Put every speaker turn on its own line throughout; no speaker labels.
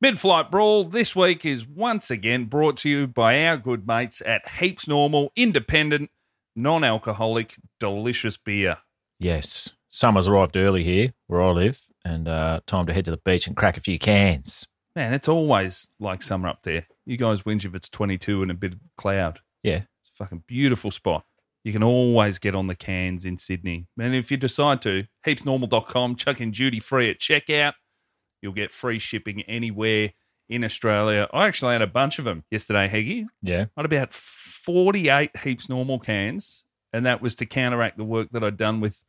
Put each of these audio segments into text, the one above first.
Mid-flight brawl this week is once again brought to you by our good mates at Heaps Normal, independent, non-alcoholic, delicious beer.
Yes. Summer's arrived early here, where I live, and uh, time to head to the beach and crack a few cans.
Man, it's always like summer up there. You guys whinge if it's 22 and a bit of cloud.
Yeah.
It's a fucking beautiful spot. You can always get on the cans in Sydney. And if you decide to, heapsnormal.com, chuck in duty free at checkout. You'll get free shipping anywhere in Australia. I actually had a bunch of them yesterday, Heggy.
Yeah.
I had about 48 heaps normal cans, and that was to counteract the work that I'd done with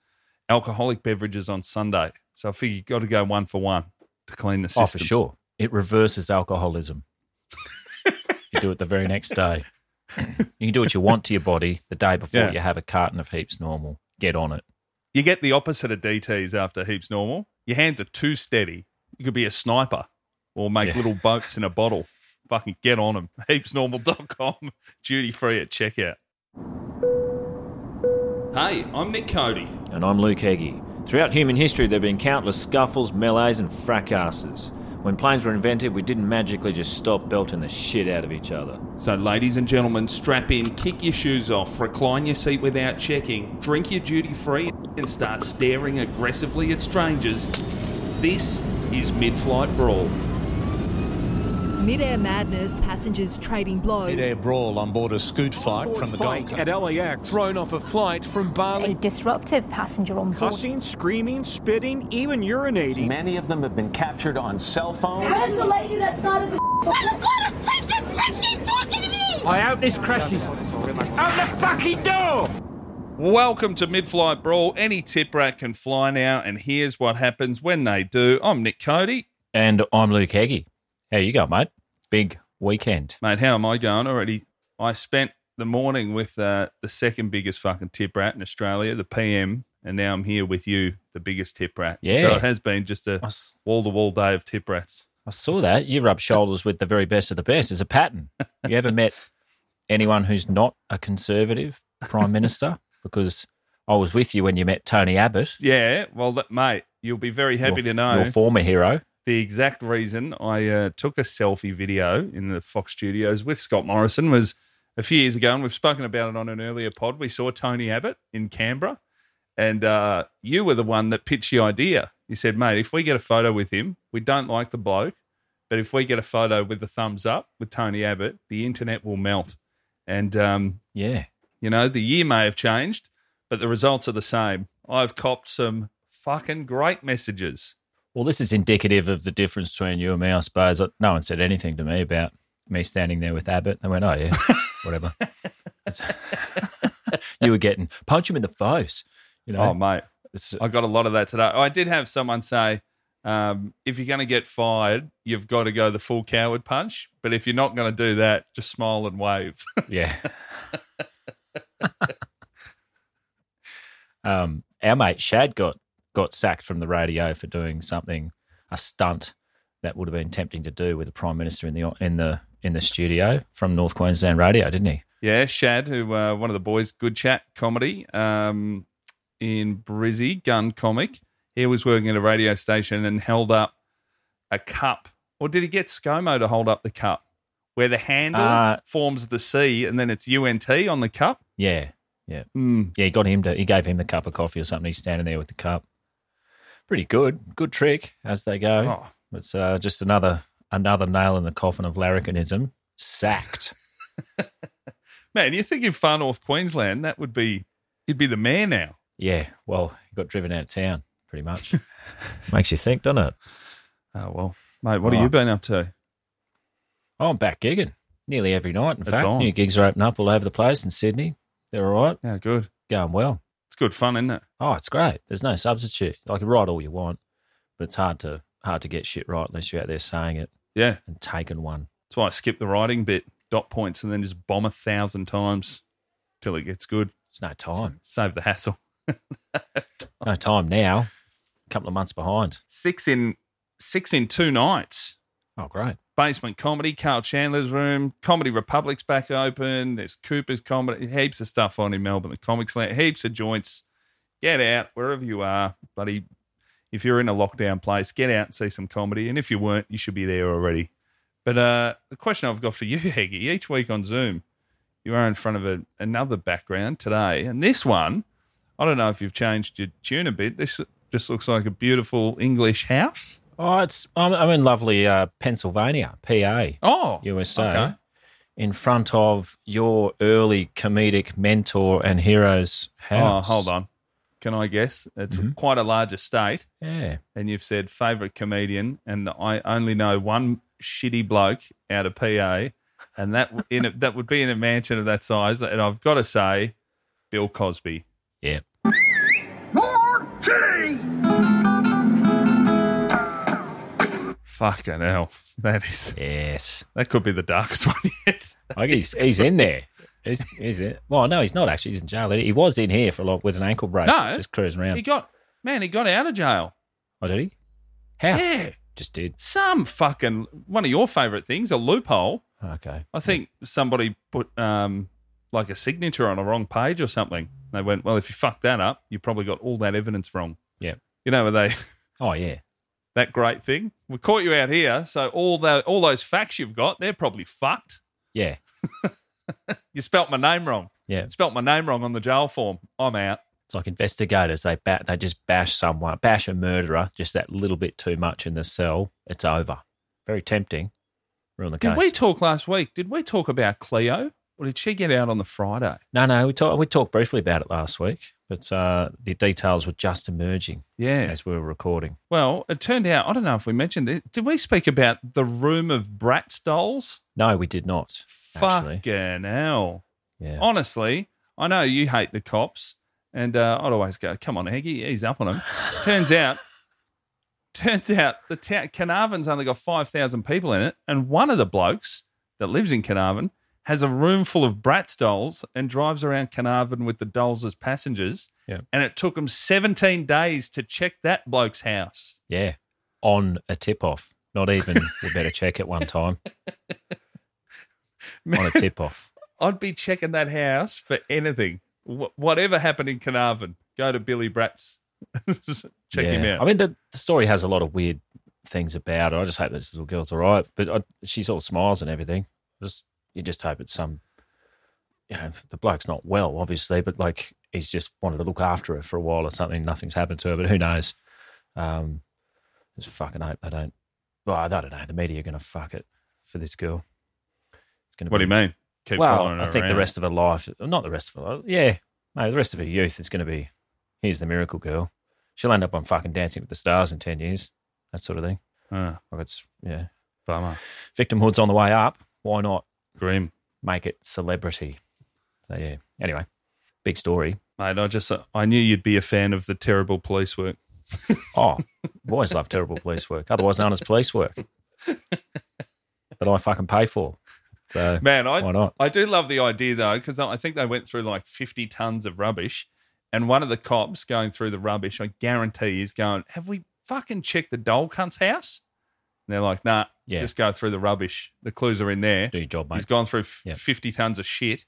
alcoholic beverages on Sunday. So I figured you got to go one for one to clean the system.
Oh, for sure. It reverses alcoholism. if you do it the very next day. you can do what you want to your body the day before
Yeah.
you have a carton of heaps normal. Get on it.
You get the opposite of DTs after heaps normal. Your hands are too steady. You could be a sniper or make
Yeah.
little boats in a bottle. Fucking get on them. Heapsnormal.com, duty free at checkout. Hey, I'm Nick Cody.
And I'm Luke Heggie. Throughout human history, there have been countless scuffles, melees, and fracasses. When planes were invented, we didn't magically just stop belting the shit out of each other.
So, ladies and gentlemen, strap in, kick your shoes off, recline your seat without checking, drink your duty free, and start staring aggressively at strangers. This is Mid Flight Brawl.
Midair madness, passengers trading blows.
Mid-air brawl on board a scoot flight from the Gold Coast.
LAX. Thrown off a flight from
A
Bali.
disruptive passenger on board.
screaming, spitting, even urinating.
Many of them have been captured on cell phones.
Where's the lady that started the
I hope this crashes. Out the fucking door!
Welcome to Mid Flight Brawl. Any tip rat can fly now, and here's what happens when they do. I'm Nick Cody.
And I'm Luke Heggie. How you go, mate? Big weekend.
Mate, how am I going already? I spent the morning with uh, the second biggest fucking tip rat in Australia, the PM, and now I'm here with you, the biggest tip rat.
Yeah.
So it has been just
I
a
s-
wall to wall day of tip rats.
I saw that. You rub shoulders with the very best of the best. It's a pattern. You ever met anyone who's not a conservative prime minister? Because I was with you when you met Tony Abbott.
Yeah, well, that, mate, you'll be very happy
your,
to know
Your former hero.
the exact reason I uh, took a selfie video in the Fox studios with Scott Morrison was a few years ago, and we've spoken about it on an earlier pod. We saw Tony Abbott in Canberra, and uh, you were the one that pitched the idea. You said, mate, if we get a photo with him, we don't like the bloke, but if we get a photo with the thumbs up with Tony Abbott, the internet will melt. And um,
Yeah.
you know, the year may have changed, but the results are the same. I've copped some fucking great messages.
Well, this is indicative of the difference between you and me, I suppose. I- No one said anything to me about me standing there with Abbott. They went, oh, yeah, whatever. you were getting, punch him in the face. You know,
Oh, mate.
it's,
I got a lot of that today. I did have someone say, um, if you're going to get fired, you've got to go the full coward punch. But if you're not going to do that, just smile and wave.
Yeah. um, our mate Shad got got sacked from the radio for doing something a stunt that would have been tempting to do with the prime minister in the in the in the studio from North Queensland Radio, didn't he?
yeah, Shad, who uh, one of the boys, good chat comedy um, in Brizzy, gun comic. He was working at a radio station and held up a cup. Or did he get ScoMo to hold up the cup? Where the handle
Uh,
forms the C and then it's UNT on the cup?
Yeah.
Hmm.
Yeah, he got him to he gave him the cup of coffee or something. He's standing there with the cup. Pretty good. Good trick as they go.
Oh,
It's uh, just another another nail in the coffin of larrikinism. Sacked.
Man, you think in far north Queensland, that would be, you'd be the mayor now.
Yeah, well, he got driven out of town, pretty much. Makes you think, doesn't it?
Oh, well, mate, what have
Oh.
you been up to?
Oh, I'm back gigging nearly every night. In
It's
fact,
on.
new gigs are opening up all over the place in Sydney. They're all right,
Yeah, good.
going well.
It's good fun, isn't it?
Oh, it's great. There's no substitute. I can write all you want, but it's hard to hard to get shit right unless you're out there saying it
Yeah.
and taking one.
That's why I skip the writing bit, dot points, and then just bomb a thousand times till it gets good.
It's no time.
Save the hassle.
No time now. A couple of months behind.
Six in six in two nights.
Oh, great.
Basement comedy, Carl Chandler's room, Comedy Republic's back open. There's Cooper's comedy, heaps of stuff on in Melbourne, the Comics Land, heaps of joints. Get out wherever you are, buddy. If you're in a lockdown place, get out and see some comedy. And if you weren't, you should be there already. But uh, the question I've got for you, Heggy, each week on Zoom, you are in front of a, another background today, and this one, I don't know if you've changed your tune a bit. This just looks like a beautiful English house.
Oh, it's I'm, I'm in lovely uh, Pennsylvania, PA,
Oh,
USA,
okay.
in front of your early comedic mentor and hero's
Oh,
house.
hold on. Can I guess? It's quite a large estate,
Yeah.
and you've said favorite comedian, and I only know one shitty bloke out of PA, and that in a, that would be in a mansion of that size. And I've got to say, Bill Cosby.
Yeah.
Fucking hell, that is
Yes.
that could be the darkest one yet.
Like he's he's in there. He's, he's in, well, no, he's not actually. He's in jail. He was in here for a lot with an ankle brace,
No.
just cruising around.
He got man, he got out of jail.
oh, did he? How?
Yeah,
Just did.
some fucking one of your favorite things, a loophole.
Okay.
I think somebody put um, like a signature on a wrong page or something. They went, well, if you fuck that up, you probably got all that evidence wrong.
Yeah.
You know, where they
Oh yeah.
that great thing. We caught you out here, so all the all those facts you've got, they're probably fucked.
Yeah.
You spelt my name wrong.
Yeah.
Spelt my name wrong on the jail form. I'm out.
It's like investigators. They bat. They just bash someone, bash a murderer, just that little bit too much in the cell. It's over. Very tempting. Ruin the
Did
case.
we talk last week? Did we talk about Cleo? Or did she get out on the Friday?
no, no. We talked. We talked briefly about it last week, but uh, the details were just emerging
Yeah.
as we were recording.
Well, it turned out, I don't know if we mentioned it. Did we speak about the room of Bratz dolls?
No, we did not. Actually.
Fucking hell.
Yeah.
Honestly, I know you hate the cops, and uh, I'd always go, come on, Heggy, he's up on him. turns out, turns out the town, Carnarvon's only got 5,000 people in it, and one of the blokes that lives in Carnarvon has a room full of Bratz dolls and drives around Carnarvon with the dolls as passengers.
Yeah.
And it took him 17 days to check that bloke's house.
Yeah. On a tip off. Not even we better check at one time. On a tip off.
I'd be checking that house for anything. Wh- whatever happened in Carnarvon, go to Billy Bratz. Check him
Yeah.
out.
I mean, the, the story has a lot of weird things about it. I just hope this little girl's all right. But I, she's all smiles and everything. Just you just hope it's some. You know, the bloke's not well, obviously, but like he's just wanted to look after her for a while or something. Nothing's happened to her, but who knows? Um, just fucking hope they don't. Well, I don't know. The media are going to fuck it for this girl. It's going to
what do
be
you mean? Keep
well,
following her
I think the
around.
rest of her life, not the rest of her life, yeah, no, the rest of her youth is going to be here's the miracle girl. She'll end up on fucking Dancing with the Stars in 10 years, that sort of thing.
Ah,
Like it's, yeah.
bummer.
Victimhood's on the way up. Why not
Grim.
make it celebrity? So, yeah. Anyway, big story.
Mate, I just I knew you'd be a fan of the terrible police work.
Oh, I've always love terrible police work, otherwise known as police work that I fucking pay for. So,
Man,
Why
I
not?
I do love the idea though, because I think they went through like fifty tons of rubbish, and one of the cops going through the rubbish, I guarantee, is going, "Have we fucking checked the doll cunt's house?" And they're like, "Nah,
Yeah.
just go through the rubbish. The clues are in there.
do your job, mate.
He's gone through f-
Yep.
50 tons of shit.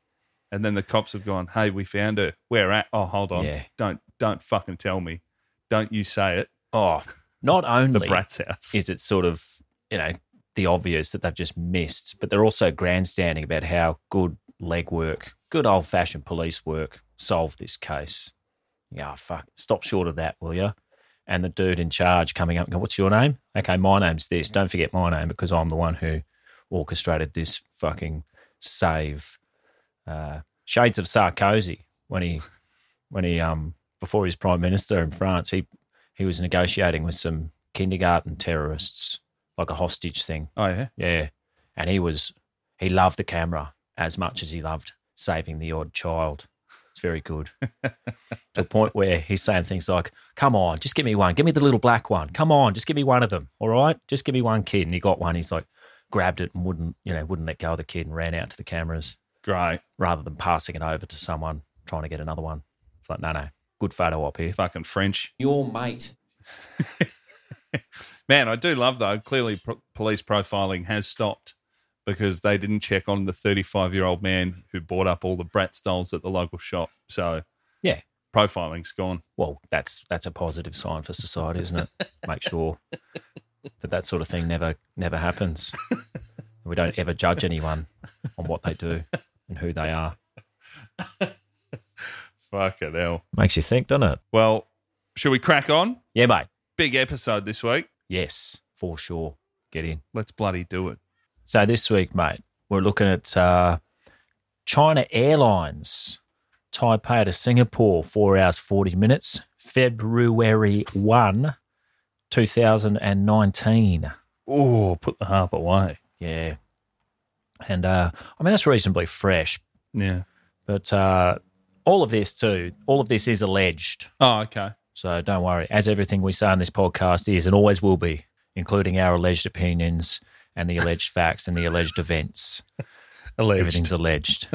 And then the cops have gone, hey, we found her. Where at? Oh, hold on.
Yeah.
Don't don't fucking tell me. Don't you say it.
oh, not
The
only.
brat's house.
is it sort of you know the obvious that they've just missed, but they're also grandstanding about how good legwork, good old fashioned police work solved this case. Yeah, oh, fuck, stop short of that, will you? And the dude in charge coming up, and going, what's your name? Okay, my name's this. Don't forget my name because I'm the one who orchestrated this fucking save. Uh, shades of Sarkozy when he when he um before he was prime minister in France, he he was negotiating with some kindergarten terrorists, like a hostage thing.
oh, yeah.
Yeah. And he was he loved the camera as much as he loved saving the odd child. It's very good. to a point where he's saying things like, "Come on, just give me one. Give me the little black one. Come on, just give me one of them. All right, just give me one kid." And he got one. He's like, grabbed it and wouldn't, you know, wouldn't let go of the kid and ran out to the cameras
Great.
rather than passing it over to someone trying to get another one. It's like, no, no, good photo op here.
Fucking French.
Your mate.
Man, I do love though. Clearly, pro- police profiling has stopped because they didn't check on the 35 year old man who bought up all the Bratz dolls at the local shop. So
Yeah.
profiling's gone.
Well, that's that's a positive sign for society, isn't it? Make sure that that sort of thing never never happens. We don't ever judge anyone on what they do and who they are.
Fuck it hell.
Makes you think, doesn't it?
Well, should we crack on?
Yeah, mate.
Big episode this week.
Yes, for sure. Get in.
Let's bloody do it.
So this week, mate, we're looking at uh, China Airlines, Taipei to Singapore, four hours forty minutes, February one, two thousand and nineteen.
Oh, put the harp away.
Yeah, and uh, I mean that's reasonably fresh,
Yeah.
but uh, all of this too, all of this is alleged.
Oh, okay.
So don't worry, as everything we say on this podcast is and always will be, including our alleged opinions and the alleged facts and the alleged events. Everything's alleged.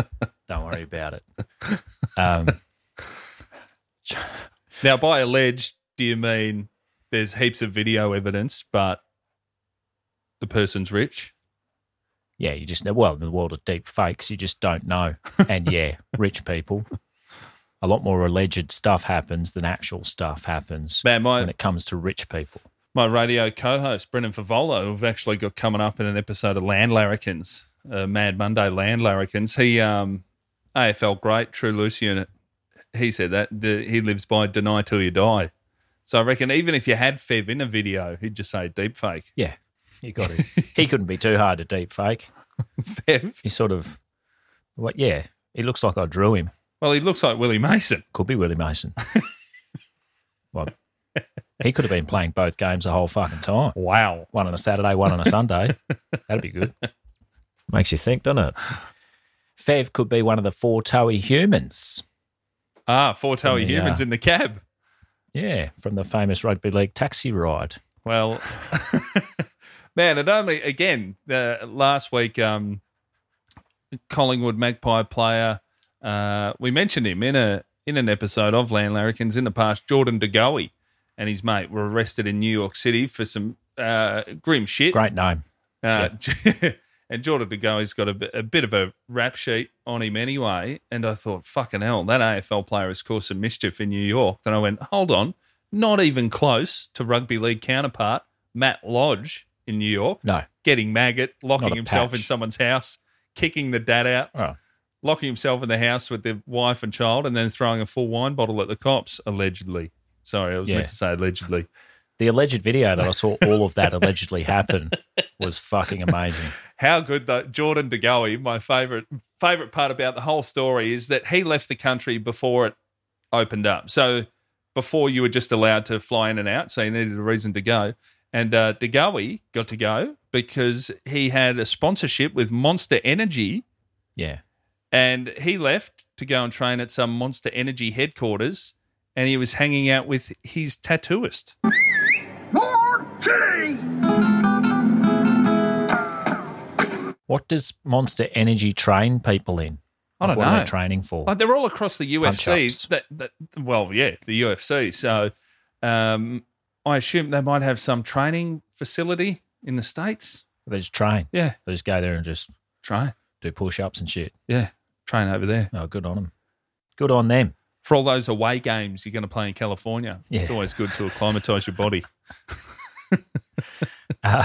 Don't worry about it. Um,
Now, by alleged, do you mean there's heaps of video evidence, but the person's rich?
yeah, you just know. Well, in the world of deep fakes, you just don't know. And yeah, rich people, a lot more alleged stuff happens than actual stuff happens
Man, my
when it comes to rich people.
my radio co-host Brennan Favolo, who've actually got coming up in an episode of Land Larrikins, uh, Mad Monday Land Larrikins. He um, AFL great True Loose unit. He said that the, he lives by deny till you die. So I reckon even if you had Fev in a video, he'd just say deep fake.
Yeah, you got it. he couldn't be too hard to deep fake.
Fev.
He sort of, well, yeah, he looks like I drew him.
Well, he looks like Willie Mason.
Could be Willie Mason. well, he could have been playing both games the whole fucking time.
Wow.
one on a Saturday, one on a Sunday. That'd be good. Makes you think, doesn't it? Fev could be one of the four toey humans.
Ah, four toey
Yeah.
humans in the cab.
Yeah, from the famous rugby league taxi ride.
Well, man, it only again the last week. Um, Collingwood Magpie player, uh, we mentioned him in a in an episode of Land Larrikins in the past. Jordan De Goey and his mate were arrested in New York City for some uh, grim shit.
Great name.
Uh, and Jordan De Goey's got a, bit- a bit of a rap sheet on him anyway. And I thought, fucking hell, that AFL player has caused some mischief in New York. Then I went, hold on, not even close to rugby league counterpart Matt Lodge in New York.
No.
Getting maggot, locking
Not a
himself in
patch.
someone's house, kicking the dad out,
Oh,
locking himself in the house with the wife and child, and then throwing a full wine bottle at the cops, allegedly. Sorry, I was
Yeah.
meant to say allegedly.
the alleged video that I saw all of that allegedly happen was fucking amazing.
How good though Jordan De Goey, my favorite favorite part about the whole story is that he left the country before it opened up. So before you were just allowed to fly in and out, so you needed a reason to go. And uh, De Goey got to go because he had a sponsorship with Monster Energy,
Yeah.
and he left to go and train at some Monster Energy headquarters, and he was hanging out with his tattooist.
What does Monster Energy train people in?
I don't
what are
know.
they training for?
Like they're all across the UFC.
Punch-ups.
That, that well, yeah, the UFC. So, um, I assume they might have some training facility in the states.
They just train.
Yeah,
They just go there and just
train.
do push ups and shit.
Yeah, train over there
Oh, good on them. Good on them.
for all those away games you're going to play in California. It's
Yeah.
always good to acclimatise your body.
Uh,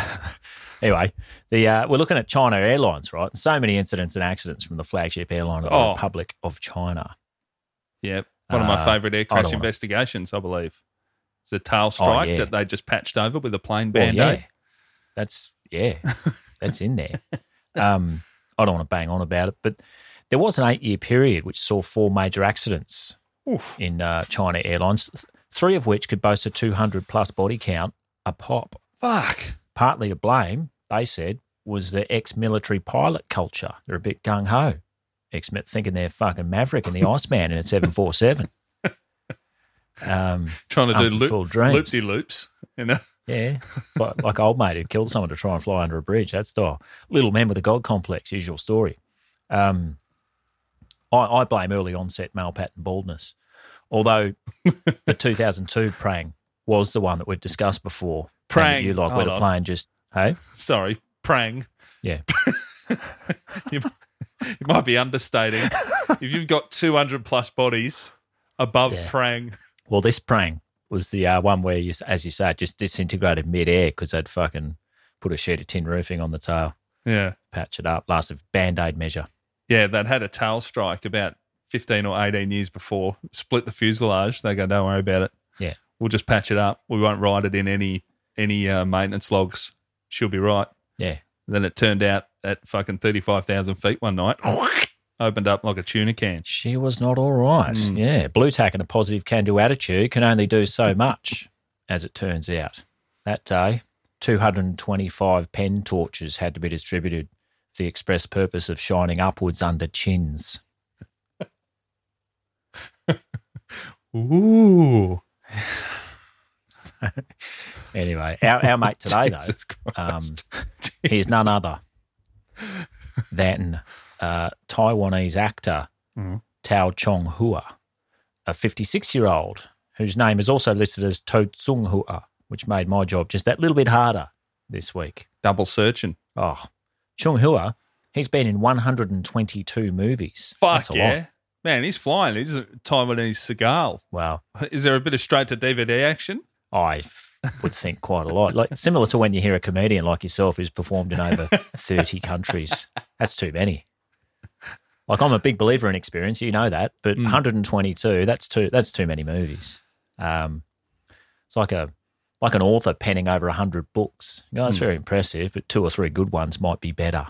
anyway, the uh, we're looking at China Airlines, right? So many incidents and accidents from the flagship airline of the
Oh.
Republic of China.
Yeah, one of my
Uh,
favourite air
I don't
crash
wanna- Oh,
investigations, I believe. It's a tail strike
yeah.
that they just patched over with a plain
Well,
band
yeah,
aid.
that's yeah, that's in there. Um, I don't want to bang on about it, but there was an eight-year period which saw four major accidents in uh, China Airlines, th- three of which could boast a 200 plus body count a pop.
Fuck.
Partly to blame, they said, was the ex-military pilot culture. They're a bit gung ho. ex thinking they're fucking Maverick and the Iceman in a 747. Um,
Trying to do
Unfulfilled
loop,
dreams.
loopy loops, you know?
yeah, like, like old mate who killed someone to try and fly under a bridge. That style. Little man with a god complex. Usual story. Um, I, I blame early onset male pattern baldness, although the 2002 prang was the one that we've discussed before. and that
Prang.
you like
Hold
when a
on.
plane just hey
Sorry, prang.
yeah
You, you might be understating. if you've got 200 plus bodies above
Yeah.
prang,
Well, this prang was the uh, one where, you, as you say, it just disintegrated midair because they'd fucking put a sheet of tin roofing on the tail,
yeah.
patch it up, last of band aid measure.
Yeah, they'd had a tail strike about 15 or 18 years before, split the fuselage. They go, don't worry about it.
Yeah.
We'll just patch it up. We won't ride it in any any uh, maintenance logs. She'll be right.
Yeah.
Then it turned out at fucking 35,000 feet one night, opened up like a tuna can.
She was not all right. Yeah. Blue tack and a positive can do attitude can only do so much, as it turns out. That day, 225 pen torches had to be distributed for the express purpose of shining upwards under chins.
Ooh.
Anyway, our, our mate today, though,
Jesus
um,
Christ.
He's none other than uh, Taiwanese actor
Mm-hmm.
Tao Chong Hua, a 56 year old whose name is also listed as To Tsung Hua, which made my job just that little bit harder this week.
Double searching.
Oh, Chung Hua, he's been in 122 movies.
Fuck
That's a
yeah.
lot.
Man, he's flying. He's a Taiwanese cigar.
Wow.
Is there a bit of straight to DVD action?
I f- would think quite a lot. Like similar to when you hear a comedian like yourself who's performed in over 30 countries. That's too many. Like I'm a big believer in experience, you know that, but 122, that's too that's too many movies. Um it's like a like an author penning over 100 books. You know, that's very impressive, but two or three good ones might be better,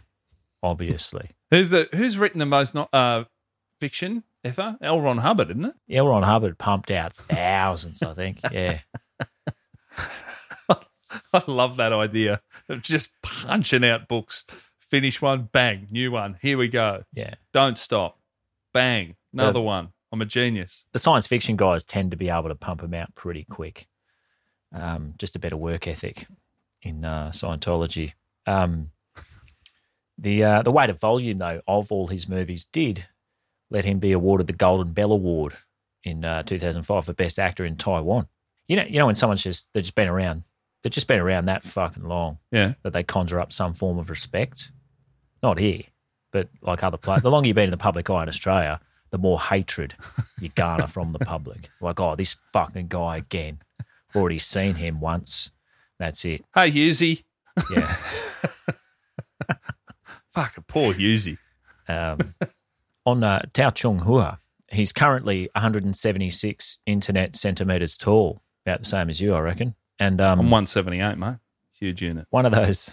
obviously.
Who's the Who's written the most not uh, fiction ever? L. Ron Hubbard, isn't it?
Yeah, Ron Hubbard pumped out thousands, I think. Yeah.
I love that idea of just punching out books. Finish one, bang, new one. Here we go.
Yeah.
Don't stop. Bang, another
Yeah.
one. I'm a genius.
the science fiction guys tend to be able to pump them out pretty quick. Um, just a better work ethic in uh, Scientology. Um, the uh, the weight of volume though of all his movies did let him be awarded the Golden Bell Award in uh, 2005 for Best Actor in Taiwan. You know, you know when someone's just they've just been around, they've just been around that fucking long
Yeah.
that they conjure up some form of respect. Not here, but like other places. the longer you've been in the public eye in Australia, the more hatred you garner from the public. Like, oh, this fucking guy again. Already seen him once. That's it.
Hey, Husey.
Yeah.
Fucking poor Husey.
Um, on uh, Tao Chung Hua, he's currently 176 internet centimeters tall, about the same as you, I reckon. And um,
I'm 178, mate. Huge unit.
one of those,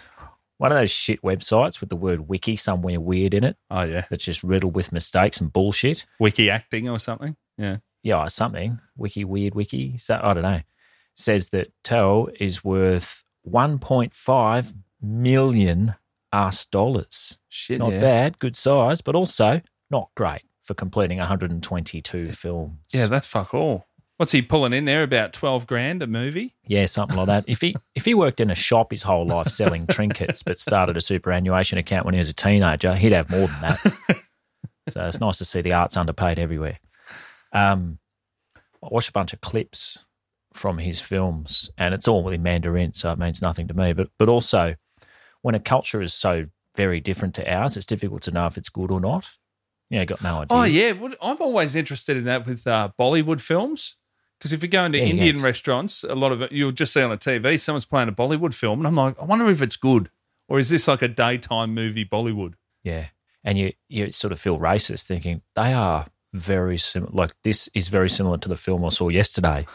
one of those shit websites with the word wiki somewhere weird in it
Oh, yeah.
that's just riddled with mistakes and bullshit.
Wiki acting or something. Yeah.
yeah, something wiki weird wiki. So I don't know. Says that Tao is worth 1.5 million US dollars.
Shit.
Not
yeah.
bad, good size, but also not great for completing 122 films.
Yeah, that's fuck all. What's he pulling in there? About 12 grand a movie?
yeah, something like that. If he if he worked in a shop his whole life selling trinkets, but started a superannuation account when he was a teenager, he'd have more than that. so it's nice to see the arts underpaid everywhere. Um, I watched a bunch of clips from his films, and it's all in Mandarin, so it means nothing to me. But but also, when a culture is so very different to ours, it's difficult to know if it's good or not. Yeah, you got no idea.
Oh yeah, What- I'm always interested in that with uh, Bollywood films because if you go into
Yeah,
Indian
yes.
restaurants, a lot of it you'll just see on a TV someone's playing a Bollywood film, and I'm like, I wonder if it's good or is this like a daytime movie Bollywood?
Yeah. And you you sort of feel racist thinking they are very similar like this is very similar to the film I saw yesterday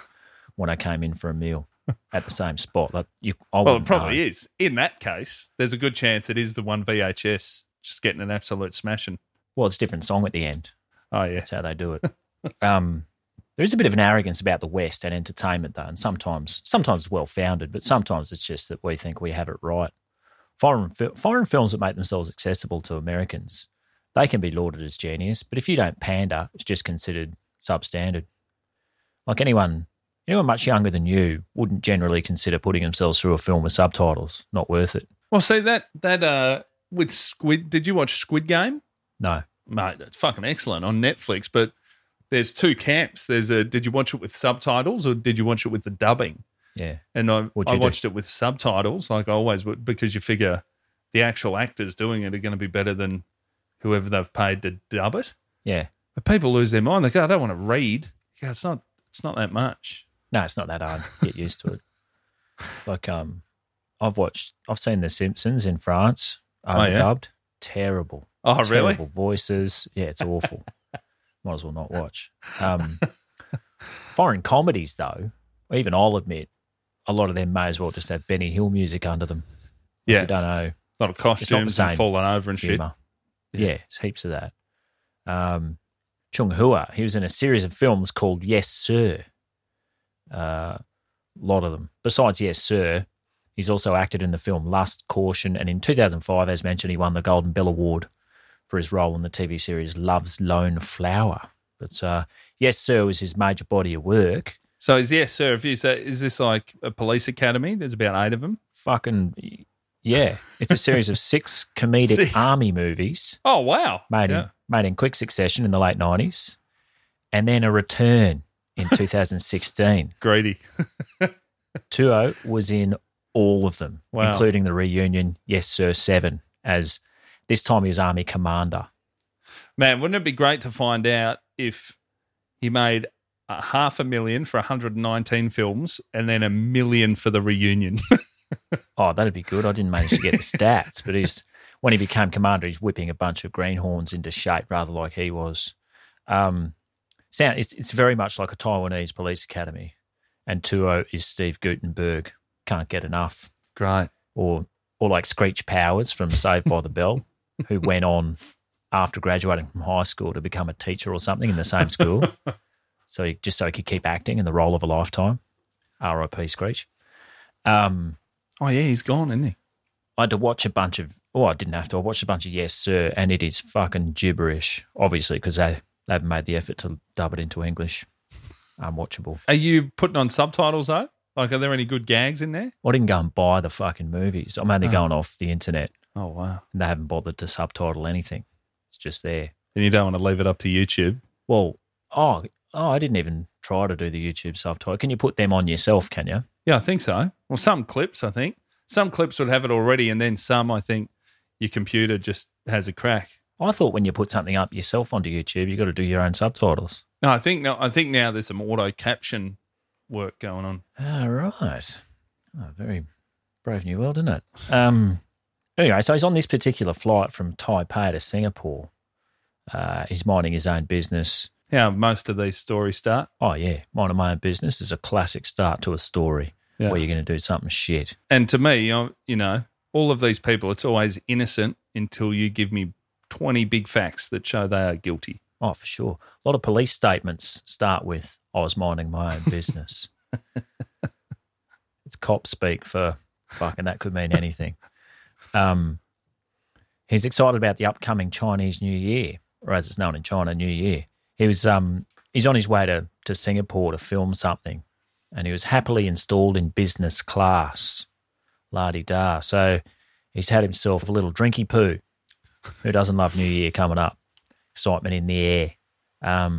when I came in for a meal at the same spot. Like you I
Well, it
wouldn't
probably
know.
is. In that case, there's a good chance it is the one VHS just getting an absolute smashing.
Well, it's a different song at the end.
Oh yeah,
That's how they do it. um there is a bit of an arrogance about the West and entertainment though, and sometimes sometimes it's well founded, but sometimes it's just that we think we have it right. Foreign fi- foreign films that make themselves accessible to Americans, They can be lauded as genius, but if you don't pander, it's just considered substandard. Like anyone, anyone much younger than you wouldn't generally consider putting themselves through a film with subtitles. Not worth it.
Well, see that that uh with Squid. Did you watch Squid Game?
No.
Mate, it's fucking excellent on Netflix. But there's two camps. There's a did you watch it with subtitles or did you watch it with the dubbing?
Yeah.
And I
What'd
I
you do?
watched it with subtitles, like I always would, because you figure the actual actors doing it are going to be better than whoever they've paid to dub it.
Yeah.
But people lose their mind. They go, I don't want to read. You go, it's not. It's not that much.
No, it's not that hard. Get used to it. like um, I've watched, I've seen The Simpsons in France
Oh, yeah?
overdubbed. Terrible.
Oh, really?
Terrible voices. Yeah, it's awful. Might as well not watch. Um, foreign comedies, though, even I'll admit, a lot of them may as well just have Benny Hill music under them.
Yeah.
You don't know
A lot of
It's not the
costumes and
same
falling over and shit.
humor. Yeah. it's heaps of that. Um, Chung Hua, he was in a series of films called Yes Sir. A lot of them. Besides Yes Sir, he's also acted in the film Lust, Caution, and in 2005, as mentioned, he won the Golden Bell Award for his role in the TV series Love's Lone Flower. But uh, Yes Sir was his major body of work.
So is yes, sir. If you say, is this like a police academy? There's about eight of them.
Fucking, yeah. It's a series of six comedic
Six.
army movies.
Oh wow,
made
Yeah.
in made in quick succession in the late nineties, and then a return in 2016.
greedy.
Tuo was in all of them,
Wow.
including the reunion Yes Sir Seven, as this time he was Army Commander.
Man, wouldn't it be great to find out if he made a half a million for 119 films and then a million for the reunion?
Oh, that'd be good. I didn't manage to get the stats, but he's when he became commander, he's whipping a bunch of greenhorns into shape, rather like he was. Um, sound it's, it's very much like a Taiwanese police academy, and Tuo is Steve Gutenberg. Can't get enough.
great.
or or like Screech Powers from Saved by the Bell, who went on after graduating from high school to become a teacher or something in the same school. so he, just so he could keep acting in the role of a lifetime. R.I.P. Screech. Um,
Oh yeah, he's gone, isn't he?
I had to watch a bunch of. Oh, I didn't have to. I watched a bunch of Yes Sir, and it is fucking gibberish. Obviously, because they they haven't made the effort to dub it into English. Unwatchable.
Are you putting on subtitles though? Like, are there any good gags in there?
I didn't go and buy the fucking movies. I'm only going off the internet,
Oh wow.
and they haven't bothered to subtitle anything. It's just there.
And you don't want to leave it up to YouTube.
Well, oh, oh, I didn't even try to do the YouTube subtitle. Can you put them on yourself? Can you?
Yeah, I think so. Well, some clips, I think. Some clips would have it already, and then some, I think, your computer just has a crack.
I thought when you put something up yourself onto YouTube, you got to do your own subtitles.
No, I think no, I think now there's some auto caption work going on.
All Ah, right. Oh, very brave new world, isn't it? Um, anyway, so he's on this particular flight from Taipei to Singapore. Uh, he's minding his own business.
How most of these stories start.
Oh yeah, minding my own business is a classic start to a story
Yeah.
where you're going to do something shit.
And to me, I- you know, all of these people, it's always innocent until you give me 20 big facts that show they are guilty.
Oh, for sure. A lot of police statements start with I was minding my own business. it's cop speak for fucking that could mean anything. Um, he's excited about the upcoming Chinese New Year, or as it's known in China, New Year. He was um he's on his way to, to Singapore to film something and he was happily installed in business class. La di da. So he's had himself a little drinky poo. Who doesn't love New Year coming up? excitement in the air. Um,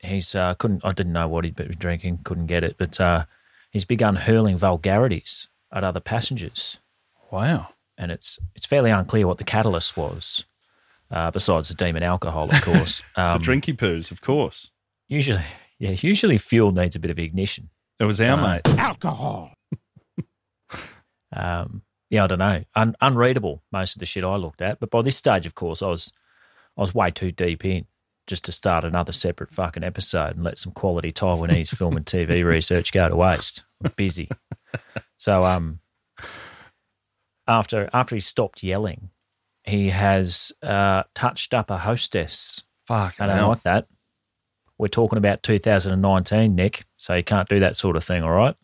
he's uh, couldn't. I didn't know what he'd been drinking. Couldn't get it, but uh, he's begun hurling vulgarities at other passengers.
Wow.
and it's it's fairly unclear what the catalyst was, uh, besides the demon alcohol, of course. Um,
the drinky poos, of course.
Usually, yeah, usually fuel needs a bit of ignition.
It was our
Um,
mate.
Alcohol.
Um, yeah, I don't know. Un- unreadable most of the shit I looked at, but by this stage, of course, I was I was way too deep in just to start another separate fucking episode and let some quality Taiwanese film and TV research go to waste. I'm busy, so um, after after he stopped yelling, he has uh, touched up a hostess.
Fuck.
I don't
hell.
like that. We're talking about 2019, Nick, so you can't do that sort of thing, all right?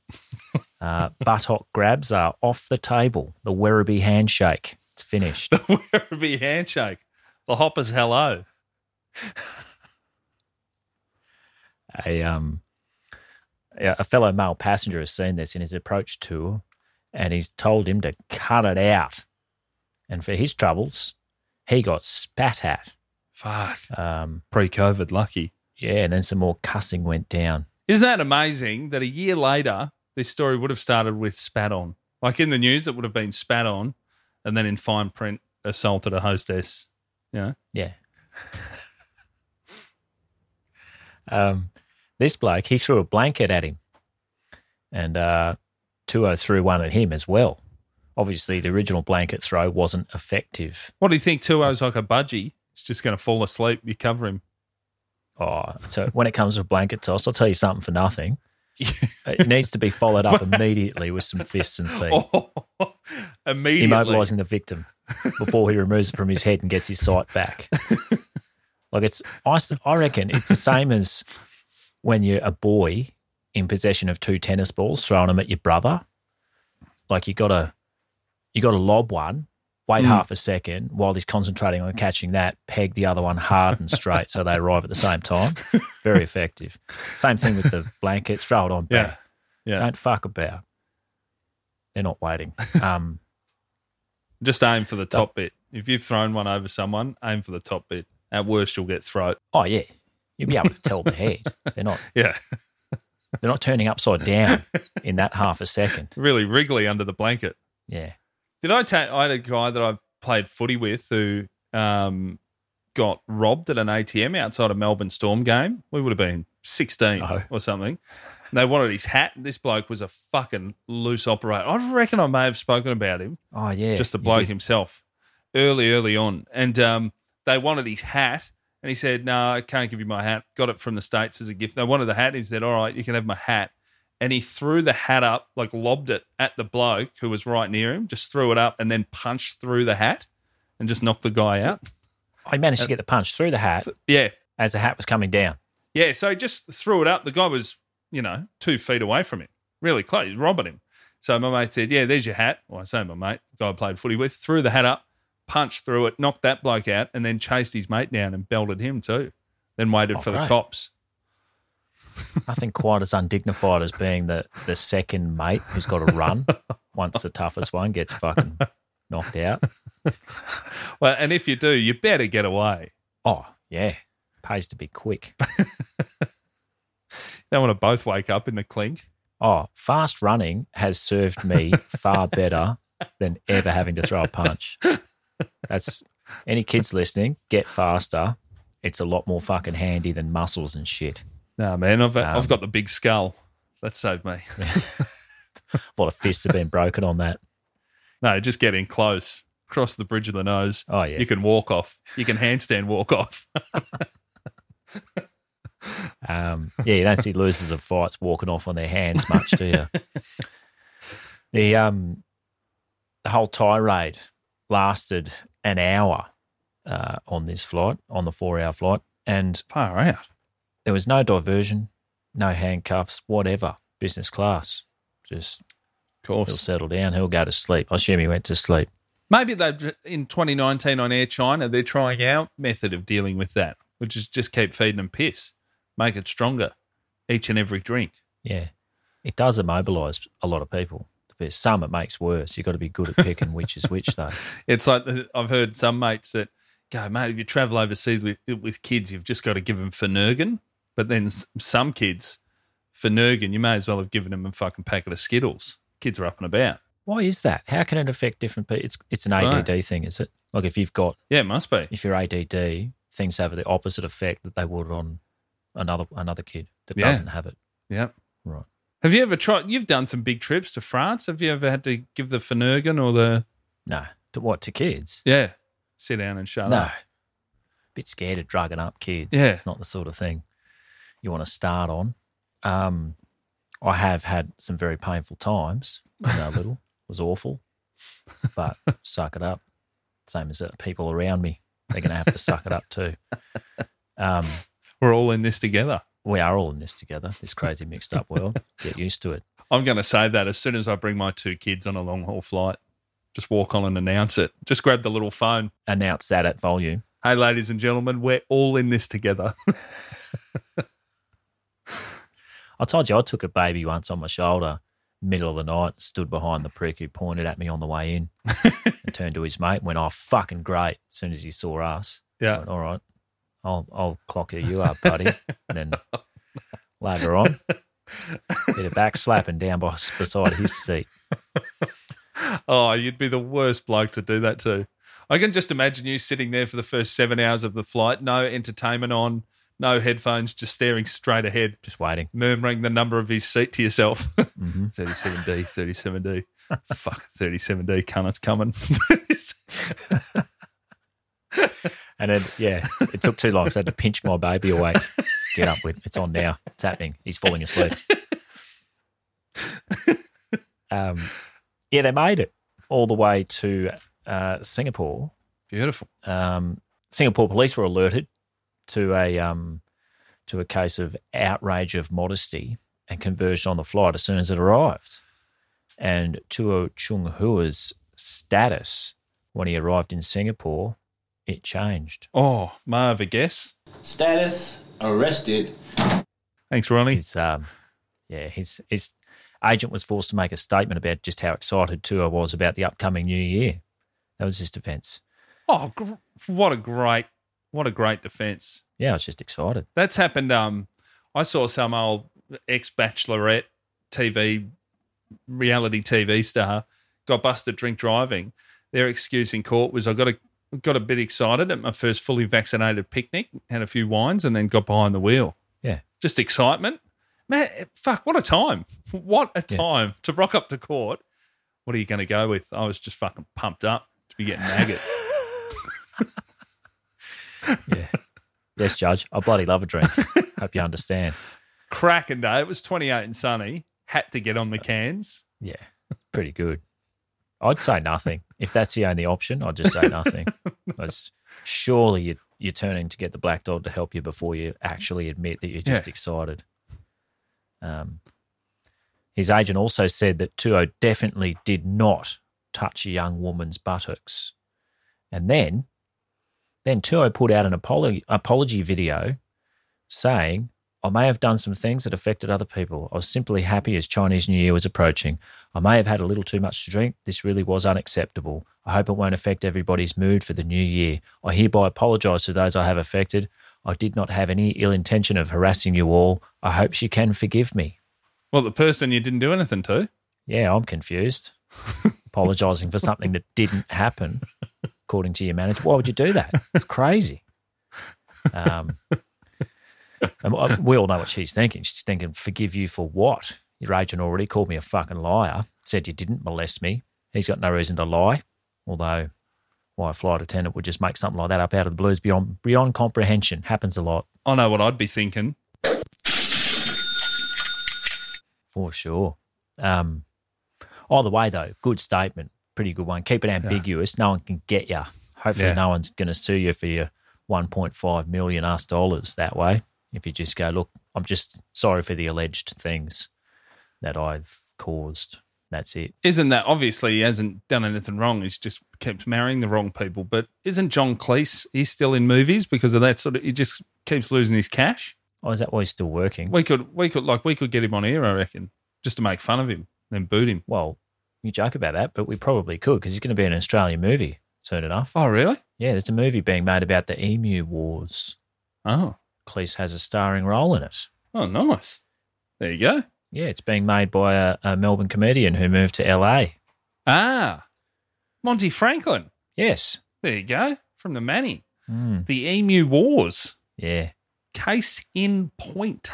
Uh, buttock grabs are off the table. The Werribee handshake. It's finished.
Werribee handshake. The hoppers, hello.
a, um, a a fellow male passenger has seen this in his approach tour and he's told him to cut it out. And for his troubles, he got spat at.
Fuck.
Um,
Pre-COVID, lucky.
yeah, and then some more cussing went down.
Isn't that amazing that a year later, this story would have started with spat on? Like in the news, it would have been spat on, and then in fine print, assaulted a hostess. Yeah.
Yeah. um, this bloke, he threw a blanket at him, and uh, Tuo threw one at him as well. Obviously, the original blanket throw wasn't effective.
What do you think? Two O's like a budgie. It's just going to fall asleep. You cover him.
Oh, so when it comes to blanket toss, I'll tell you something for nothing. it needs to be followed up immediately with some fists and feet,
Oh, immediately.
immobilizing the victim before he removes it from his head and gets his sight back. like it's, I, s- I reckon it's the same as when you're a boy in possession of two tennis balls, throwing them at your brother. Like you gotta, you gotta lob one, wait
Hmm.
half a second while he's concentrating on catching that, peg the other one hard and straight, so they arrive at the same time. Very effective. Same thing with the blankets. Throw it on
Yeah.
back.
Yeah.
Don't fuck about. They're not waiting. Um,
Just aim for the top bit. If you've thrown one over someone, aim for the top bit. At worst, you'll get throat.
oh yeah, you'll be able to tell the head. They're not.
Yeah.
They're not turning upside down in that half a second.
Really wriggly under the blanket.
Yeah.
Did I take? I had a guy that I played footy with who um, got robbed at an ATM outside a Melbourne Storm game. We would have been sixteen
Oh.
or something. And they wanted his hat. This bloke was a fucking loose operator. I reckon I may have spoken about him,
Oh yeah.
just the
you
bloke
did.
himself, early, early on. And um, they wanted his hat, and he said, "No, I can't give you my hat. Got it from the states as a gift." They wanted the hat. He said, "All right, you can have my hat." and he threw the hat up, like lobbed it at the bloke who was right near him, just threw it up and then punched through the hat and just knocked the guy out.
I managed to get the punch through the hat
Yeah.
as the hat was coming down.
Yeah. So he just threw it up. The guy was, you know, two feet away from him, really close, He's robbing him. So my mate said, Yeah, there's your hat. Well, I say my mate, the guy I played footy with, threw the hat up, punched through it, knocked that bloke out, and then chased his mate down and belted him too. Then waited
Oh,
for the
great.
cops.
Nothing quite as undignified as being the, the second mate who's got to run once the toughest one gets fucking knocked out.
Well, and if you do, you better get away.
Oh, yeah. Pays to be quick.
Don't want to both wake up in the clink.
Oh, fast running has served me far better than ever having to throw a punch. That's any kids listening, get faster. It's a lot more fucking handy than muscles and shit.
No, man, I've,
Um,
I've got the big skull. That saved me.
A lot of fists have been broken on that.
No, just get in close, cross the bridge of the nose.
Oh, yeah.
You can walk off. You can handstand walk off.
Um, yeah, you don't see losers of fights walking off on their hands much, do you? the um, the whole tirade lasted an hour uh, on this flight, on the four-hour flight, and
Far out.
there was no diversion, no handcuffs, whatever. Business class, just
Of course.
he'll settle down, he'll go to sleep. I assume he went to sleep.
Maybe they in 2019 on Air China, they're trying our method of dealing with that, which is just keep feeding them piss, make it stronger each and every drink.
Yeah, it does immobilise a lot of people. There's some it makes worse. You've got to be good at picking which is which, though.
It's like the- I've heard some mates that go, mate, if you travel overseas with, with kids, you've just got to give them Finergan. But then s- some kids, Finergan, you may as well have given them a fucking packet of Skittles. Kids are up and about.
Why is that? How can it affect different people? It's it's an ADD thing, is it? Like if you've got
Yeah, it must be.
if you're ADD, things have the opposite effect that they would on another another kid that
Yeah.
doesn't have it.
Yep.
Right.
Have you ever tried? You've done some big trips to France. Have you ever had to give the Finurgan or the
No. To what to kids?
yeah? Sit down and shut
No.
up.
Bit scared of drugging up kids.
Yeah.
It's not the sort of thing you want to start on. Um, I have had some very painful times when I was little. It was awful. But suck it up. Same as the people around me. They're going to have to suck it up too. Um,
We're all in this together.
we are all in this together, this crazy mixed up world. Get used to it.
I'm going to say that as soon as I bring my two kids on a long haul flight, just walk on and announce it. Just grab the little phone.
Announce that at volume.
Hey, ladies and gentlemen, we're all in this together.
I told you I took a baby once on my shoulder, middle of the night, stood behind the prick who pointed at me on the way in and turned to his mate and went, Oh, fucking great. As soon as he saw us, I
yeah.
went, all right, I'll, I'll clocker you up, buddy. and then later on, did a back slap and down by, beside his seat.
Oh, you'd be the worst bloke to do that to. I can just imagine you sitting there for the first seven hours of the flight, no entertainment on, no headphones, just staring straight ahead.
Just waiting.
murmuring the number of his seat to yourself.
hmm
37D, 37D. Fuck, 37D, cunt's coming.
And then, yeah, it took too long. So I had to pinch my baby awake. Get up with it's on now. It's happening. He's falling asleep. Um, yeah, they made it all the way to uh, Singapore.
Beautiful.
Um, Singapore police were alerted to a um, to a case of outrage of modesty and converged on the flight as soon as it arrived. And Tuo Chung Hua's status when he arrived in Singapore, it changed.
Oh, may I have a guess?
Status arrested.
Thanks, Ronnie.
his um, yeah, his his agent was forced to make a statement about just how excited Tua was about the upcoming new year. That was his defense.
Oh, gr- what a great, what a great defense.
Yeah, I was just excited.
That's happened. Um, I saw some old ex-bachelorette TV reality TV star got busted drink driving. Their excuse in court was I got a got a bit excited at my first fully vaccinated picnic, had a few wines, and then got behind the wheel.
Yeah.
just excitement. Man, fuck, what a time. What a
Yeah.
time to rock up to court. What are you going to go with? I was just fucking pumped up to be getting maggot.
Yes, Judge, I bloody love a drink. Hope you understand.
Cracking day. It was 28 and sunny. Had to get on the cans.
Yeah, pretty good. I'd say nothing if that's the only option. I'd just say nothing. It's- surely you, you're turning to get the black dog to help you before you actually admit that you're just
Yeah.
excited. Um, his agent also said that Tuo definitely did not touch a young woman's buttocks, and then, then Tuo put out an apology, apology video saying, I may have done some things that affected other people. I was simply happy as Chinese New Year was approaching. I may have had a little too much to drink. This really was unacceptable. I hope it won't affect everybody's mood for the new year. I hereby apologize to those I have affected. I did not have any ill intention of harassing you all. I hope you can forgive me.
Well, the person you didn't do anything to.
Yeah, I'm confused. Apologizing for something that didn't happen, according to your manager. Why would you do that? It's crazy. Um, and I- we all know what she's thinking. She's thinking, forgive you for what? Your agent already called me a fucking liar, said you didn't molest me. He's got no reason to lie. Although, why a flight attendant would just make something like that up out of the blues beyond beyond comprehension. Happens a lot,
I know what I'd be thinking.
for sure. Um, either way, though, good statement. Pretty good one. Keep it ambiguous. No one can get you. Hopefully,
Yeah.
no one's going to sue you for your 1.5 million US dollars that way. If you just go, look, I'm just sorry for the alleged things that I've caused. That's it.
Isn't that obviously he hasn't done anything wrong? He's just kept marrying the wrong people. But isn't John Cleese? He's still in movies because of that sort of. He just keeps losing his cash.
Oh, is that why he's still working?
We could, we could, like, we could get him on air, I reckon, just to make fun of him, then boot him.
Well, you joke about that, but we probably could because he's going to be in an Australian movie soon enough.
Oh, really?
Yeah, there's a movie being made about the Emu Wars.
Oh,
Cleese has a starring role in it.
oh, nice. There you go.
Yeah, it's being made by a, a Melbourne comedian who moved to LA.
Ah, Monty Franklin.
Yes.
There you go. From the Manny.
Mm.
The Emu Wars.
Yeah.
Case in point.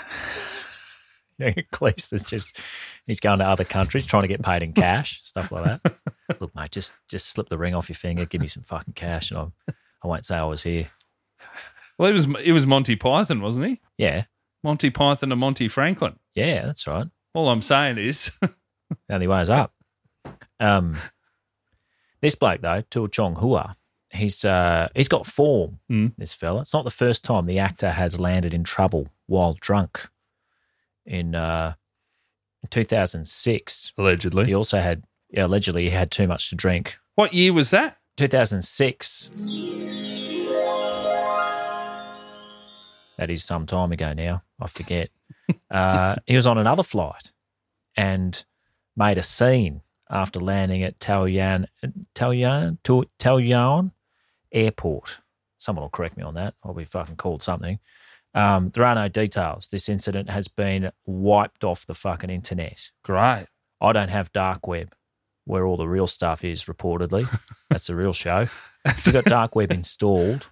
Cleese is just he's going to other countries trying to get paid in cash, stuff like that. Look, mate, just just slip the ring off your finger, give me some fucking cash, and I'm, I won't say I was here.
Well, it was it was Monty Python, wasn't he?
Yeah,
Monty Python and Monty Franklin.
yeah, that's right.
All I'm saying is,
The only way is up. Um, this bloke though, Tu Chong Hua, he's uh he's got form.
Mm.
This fella. It's not the first time the actor has landed in trouble while drunk. In uh, 2006,
allegedly,
he also had yeah, allegedly he had too much to drink.
what year was that?
2006. That is some time ago now. I forget. uh, he was on another flight and made a scene after landing at Taoyuan, Taoyuan, To- Taoyuan Airport. Someone will correct me on that. I'll be fucking called something. Um, there are no details. This incident has been wiped off the fucking internet.
Great.
I don't have dark web, where all the real stuff is reportedly. That's a real show. If You've got dark web installed.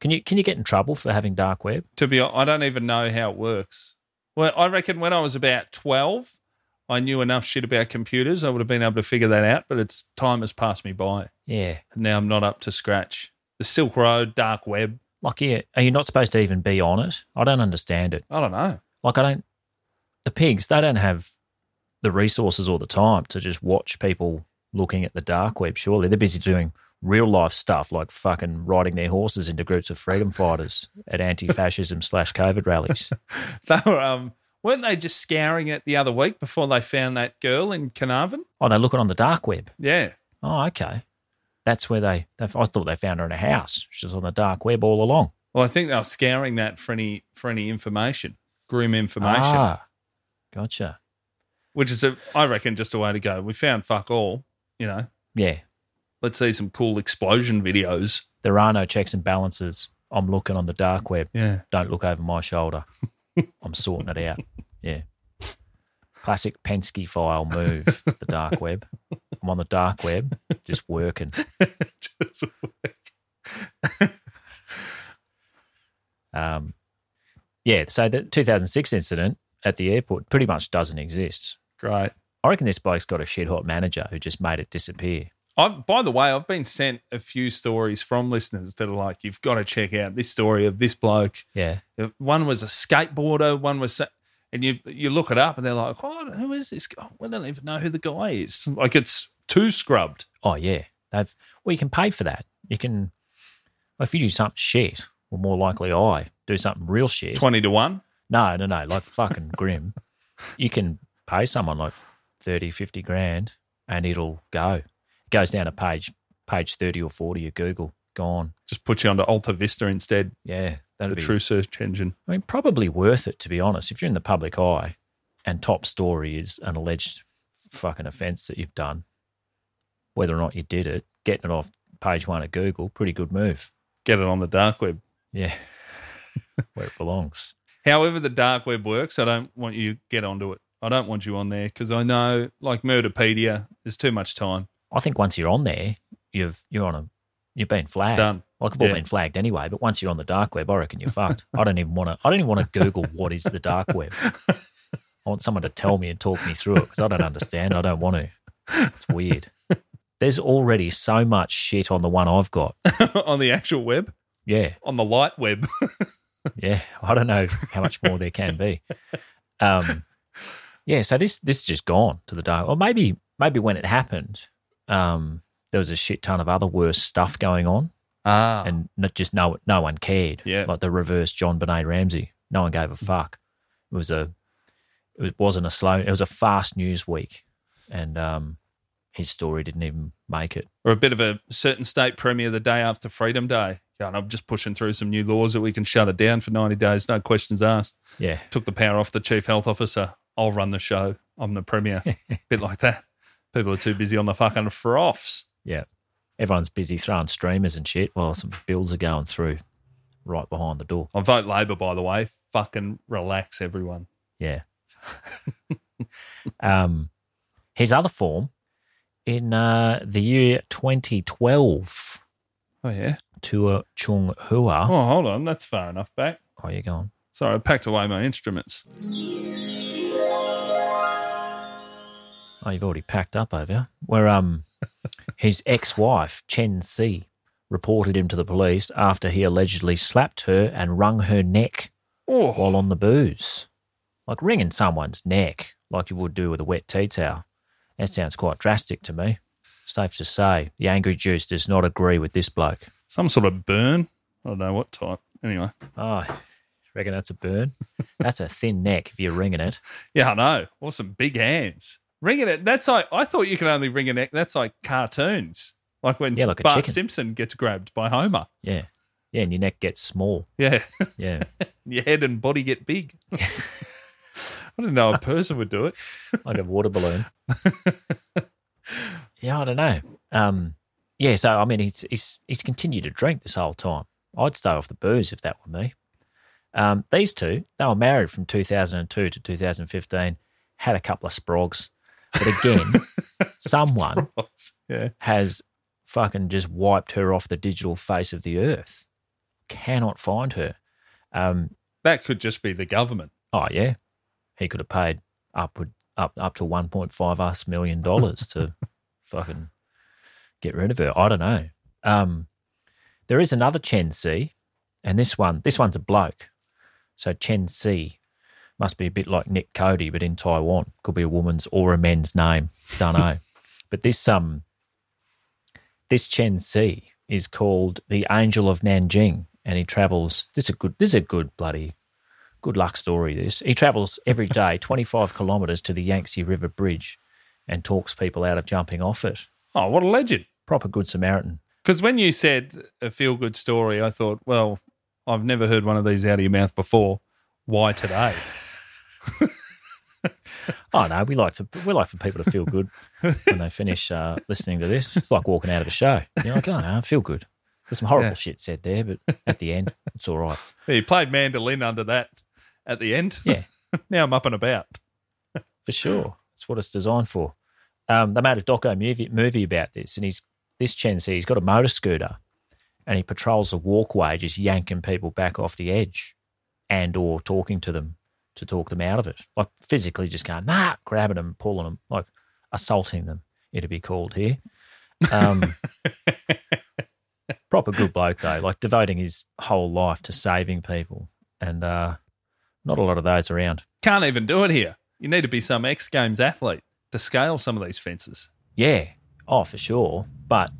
Can you can you get in trouble for having dark web?
To be, hon- I don't even know how it works. Well, I reckon when I was about twelve, I knew enough shit about computers. I would have been able to figure that out. But it's time has passed me by.
Yeah.
Now I'm not up to scratch. The Silk Road, dark web.
Like yeah, are you not supposed to even be on it? I don't understand it.
I don't know.
Like I don't the pigs, they don't have the resources all the time to just watch people looking at the dark web, surely. They're busy doing real life stuff like fucking riding their horses into groups of freedom fighters at anti fascism slash COVID rallies.
They were, um, weren't they just scouring it the other week before they found that girl in Carnarvon?
Oh, they're looking on the dark web.
Yeah.
Oh, okay. That's where they, they. I thought they found her in a house. She was on the dark web all along.
Well, I think they were scouring that for any for any information, grim information,
Ah, gotcha.
which is, a, I reckon, just a way to go. We found fuck all. You know,
Yeah,
let's see some cool explosion videos.
there are no checks and balances. I'm looking on the dark web.
Yeah.
Don't look over my shoulder. I'm sorting it out. Yeah. Classic Penske file move. The dark web. I'm on the dark web, just working.
Just-
Um, yeah. So the 2006 incident at the airport pretty much doesn't exist.
Great.
I reckon this bloke's got a shit hot manager who just made it disappear.
I've, by the way, I've been sent a few stories from listeners that are like, you've got to check out this story of this bloke. Uh,
Yeah.
One was a skateboarder, one was, sa- and you you look it up and they're like, what? Who is this? guy? "Oh, We don't even know who the guy is. Like it's too scrubbed.
Oh yeah, they've. Well, you can pay for that. You can. Well, if you do something shit, or more likely I do something real shit.
20 to 1.
No, no, no, like fucking grim. You can pay someone like 30, 50 grand, and it'll go. It goes down to page page thirty or forty of Google. Gone.
Just put you onto Alta Vista instead,
Yeah,
the
that'd be
true search engine.
I mean, probably worth it to be honest. If you're in the public eye, and top story is an alleged fucking offence that you've done, whether or not you did it, getting it off page one of Google, pretty good move.
Get it on the dark web.
Yeah, where it belongs.
However, the dark web works, I don't want you to get onto it. I don't want you on there because I know, like Murderpedia, there's too much time.
I think once you're on there, you've you're on a you've been flagged.
done.
Like we've all
Yeah.
been flagged anyway, but once you're on the dark web, I reckon you're fucked. I don't even want to. I don't even want to Google what is the dark web. I want someone to tell me and talk me through it because I don't understand. I don't want to. It's weird. There's already so much shit on the one I've got.
on the actual web,
Yeah,
on the light web.
yeah. I don't know how much more there can be. Um, yeah. So this this is just gone to the dark. Or maybe maybe when it happened, um, there was a shit ton of other worse stuff going on.
Ah.
Uh-huh. and not just no no one cared.
Yeah.
like the reverse John Benet Ramsey. No one gave a fuck. It was a it wasn't a slow. It was a fast news week, and um, his story didn't even make it.
or a bit of a certain state premier the day after Freedom Day. Yeah, and I'm just pushing through some new laws that we can shut it down for 90 days, no questions asked.
Yeah,
Took the power off the chief health officer. I'll run the show. I'm the premier. bit like that. People are too busy on the fucking froths.
yeah. Everyone's busy throwing streamers and shit while some bills are going through right behind the door.
I vote Labor, by the way. Fucking relax, everyone.
Yeah. um, his other form in uh, the year 2012
Oh yeah.
to Chung Hua.
Oh, hold on. That's far enough back.
Oh, you're going.
Sorry, I packed away my instruments.
Oh, you've already packed up, have you? Where um, his ex-wife Chen Si reported him to the police after he allegedly slapped her and wrung her neck
Oh,
while on the booze, like wringing someone's neck, like you would do with a wet tea towel. That sounds quite drastic to me. Safe to say, the angry juice does not agree with this bloke.
some sort of burn. I don't know what type. Anyway,
Oh, reckon that's a burn. That's a thin neck if you're wringing it.
yeah, I know. Awesome big hands. Ringing it. That's like I thought you could only ring a neck. That's like cartoons, like when
Yeah, like a
Bart
chicken.
Simpson gets grabbed by Homer.
Yeah, yeah, and your neck gets small.
Yeah,
Yeah.
your head and body get big. I didn't know a person would do it.
like a water balloon. yeah, I don't know. Um, yeah, so I mean, he's he's he's continued to drink this whole time. I'd stay off the booze if that were me. Um, these two, they were married from 2002 to 2015, had a couple of sprogs, but again, someone
Yeah,
has fucking just wiped her off the digital face of the earth. Cannot find her. Um,
that could just be the government.
Oh yeah, he could have paid upward up up to one point five us million dollars to fucking get rid of her. I don't know. Um, there is another Chen Si, and this one this one's a bloke. So Chen Si must be a bit like Nick Cody, but in Taiwan could be a woman's or a man's name. Don't know. but this um this Chen Si is called the Angel of Nanjing, and he travels. This is a good. This is a good bloody good luck story this he travels every day 25 kilometres to the yangtze river bridge and talks people out of jumping off it
Oh, what a legend!
proper good samaritan
Because when you said a feel good story, I thought, well, I've never heard one of these out of your mouth before. Why today?
oh no we like to we like for people to feel good when they finish uh, listening to this it's like walking out of a show you're like oh no, i feel good there's some horrible
Yeah.
shit said there but at the end it's all right
Yeah, you played mandolin under that at the end.
Yeah.
now I'm up and about.
for sure. That's what it's designed for. Um, they made a doco movie, movie about this, and he's this Chen Si, he's got a motor scooter, and he patrols a walkway, just yanking people back off the edge, and or talking to them to talk them out of it, like physically just going nah, grabbing them, pulling them, like assaulting them. It'd be called here. Um, proper good bloke though, like devoting his whole life to saving people, and uh, not a lot of those around.
Can't even do it here. You need to be some X Games athlete to scale some of these fences.
Yeah. Oh, for sure. But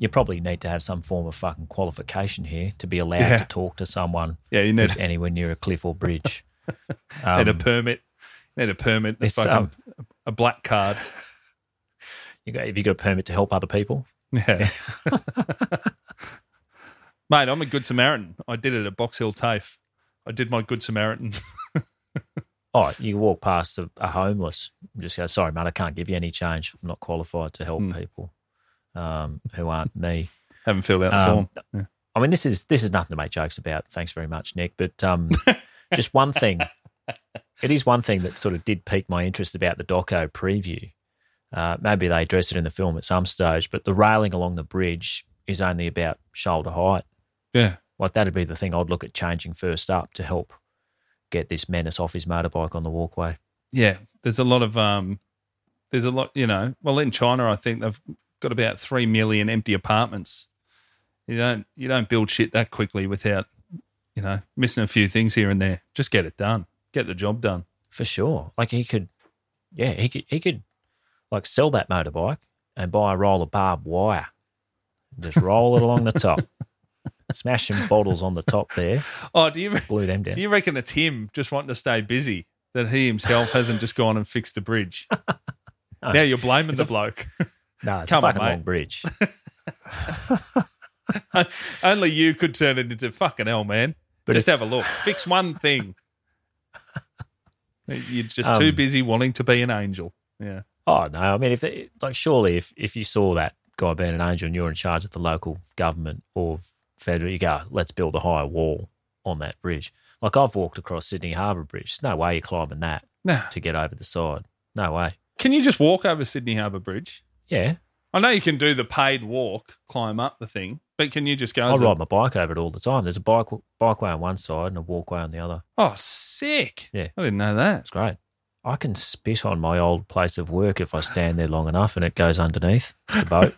you probably need to have some form of fucking qualification here to be allowed
Yeah.
to talk to someone
Yeah, you need,
who's anywhere near a cliff or bridge.
need a
Um,
permit. Need a permit. A,
it's,
fucking,
um,
a black card.
you got, have you got a permit to help other people?
Yeah. Mate, I'm a good Samaritan. I did it at Box Hill TAFE. I did my good Samaritan.
Oh, you walk past a, a homeless and just go, sorry, mate, I can't give you any change. I'm not qualified to
Hmm.
help people um, who aren't me.
Haven't filled out the
Um,
form. Yeah.
I mean, this is this is nothing to make jokes about. Thanks very much, Nick. But um, just one thing, it is one thing that sort of did pique my interest about the Doco preview. Uh, maybe they address it in the film at some stage, but the railing along the bridge is only about shoulder height.
yeah.
Like that'd be the thing I'd look at changing first up to help get this menace off his motorbike on the walkway.
yeah, there's a lot of um, there's a lot, you know. Well, in China, I think they've got about three million empty apartments. You don't you don't build shit that quickly without, you know, missing a few things here and there. Just get it done. Get the job done.
For sure. Like he could, yeah, he could, he could like sell that motorbike and buy a roll of barbed wire. Just roll it along the top. Smash some bottles on the top there,
Oh, do you re-
glue them down.
do you reckon it's him just wanting to stay busy that he himself hasn't just gone and fixed a bridge?
No.
Now you're blaming the bloke.
no, it's a
Come on,
fucking
mate.
long bridge.
Only you could turn it into fucking hell, man.
But
just
if-
have a look. Fix one thing. You're just
Um,
too busy wanting to be an angel. Yeah.
Oh no, I mean, if they, like surely if if you saw that guy being an angel and you're in charge of the local government or federal, you go, let's build a higher wall on that bridge. Like I've walked across Sydney Harbour Bridge. There's no way you're climbing that
No.
to get over the side. No way.
Can you just walk over Sydney Harbour Bridge?
Yeah,
I know you can do the paid walk, climb up the thing, but can you just go?
I
as a-
ride my bike over it all the time. There's a bike bikeway on one side and a walkway on the other.
Oh, sick!
Yeah.
I didn't know that.
It's great. I can spit on my old place of work if I stand there long enough and it goes underneath the boat.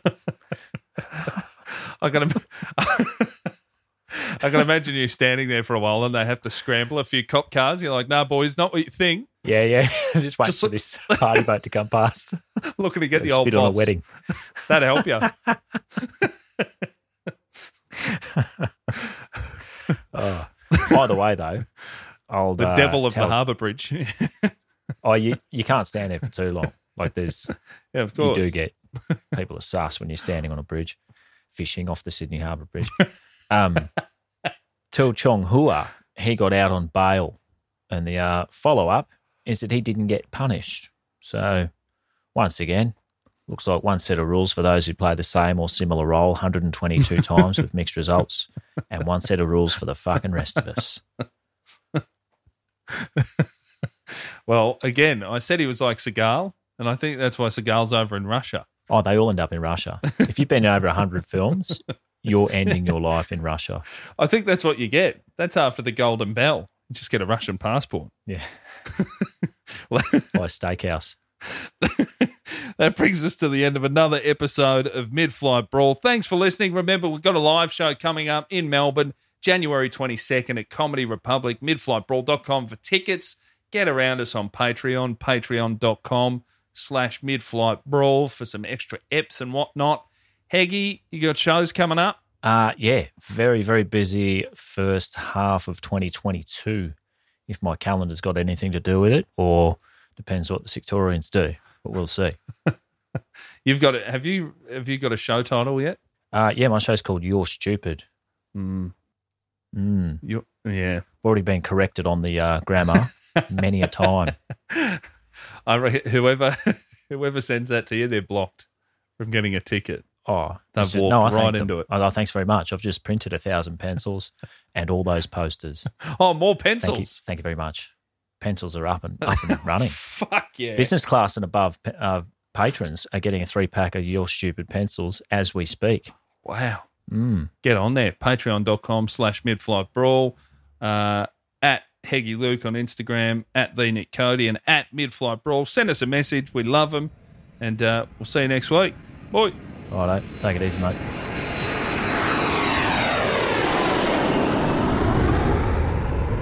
I can, im- I can imagine you standing there for a while and they have to scramble a few cop cars. You're like, nah, boys, not what you think.
yeah, yeah. Just wait
Just
for
look-
this party boat to come past.
Looking to get the old
Spit on a
boss.
wedding.
That help you.
Oh. By the way, though, old
The
uh,
devil of
tell-
the harbour bridge. yeah,
Oh, you you can't stand there for too long. Like there's
of
you
course.
do get people are sus when you're standing on a bridge, fishing off the Sydney Harbour Bridge. Um, Til Chong Hua, he got out on bail, and the uh, follow up is that he didn't get punished. So, once again, looks like one set of rules for those who play the same or similar role 122 times with mixed results, and one set of rules for the fucking rest of us.
Well, again, I said he was like Seagal, and I think that's why Seagal's over in Russia.
Oh, they all end up in Russia. If you've been in over 100 films, you're ending your life in Russia.
I think that's what you get. That's after the Golden Bell. You just get a Russian passport.
Yeah,
Well,
by a steakhouse.
that brings us to the end of another episode of Mid Flight Brawl. Thanks for listening. Remember, we've got a live show coming up in Melbourne, January 22nd at Comedy Republic, midflightbrawl.com for tickets. Get around us on Patreon, patreon.com slash midflight brawl for some extra eps and whatnot. Heggy, you got shows coming up?
Uh, yeah, very, very busy first half of 2022, if my calendar's got anything to do with it, or depends what the Sectorians do, but we'll see.
You've got it. Have you have you got a show title yet?
Uh, yeah, my show's called You're Stupid.
Mm,
Mm,
you, yeah.
I've already been corrected on the uh, grammar many a time.
I re- whoever whoever sends that to you, they're blocked from getting a ticket.
Oh,
They've
it's
walked
I thank
right
them.
into it.
Oh, no, thanks very much. I've just printed a thousand pencils and all those posters.
Oh, more
Thank you,
pencils.
thank you very much. Pencils are up and up and running.
Fuck yeah.
Business class and above uh, patrons are getting a three pack of your stupid pencils as we speak.
Wow.
Mm.
Get on there. Patreon.com slash midflight brawl. Uh, at Heggy Luke on Instagram, at the Nick Cody, and at midflight brawl. Send us a message. We love them. And uh, we'll see you next week. Bye.
Righto. Take it easy, mate.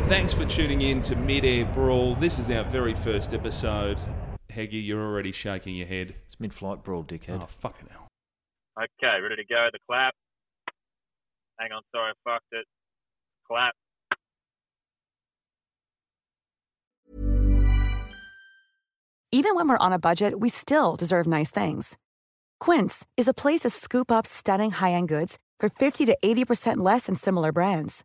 Thanks for tuning in to Mid Air Brawl. This is our very first episode. Heggy, you're already shaking your head.
It's mid flight brawl, dickhead.
Oh, fucking hell.
Okay, ready to go. The clap. Hang on, sorry, I fucked it. Clap.
Even when we're on a budget, we still deserve nice things. Quince is a place to scoop up stunning high end goods for 50 to 80% less than similar brands.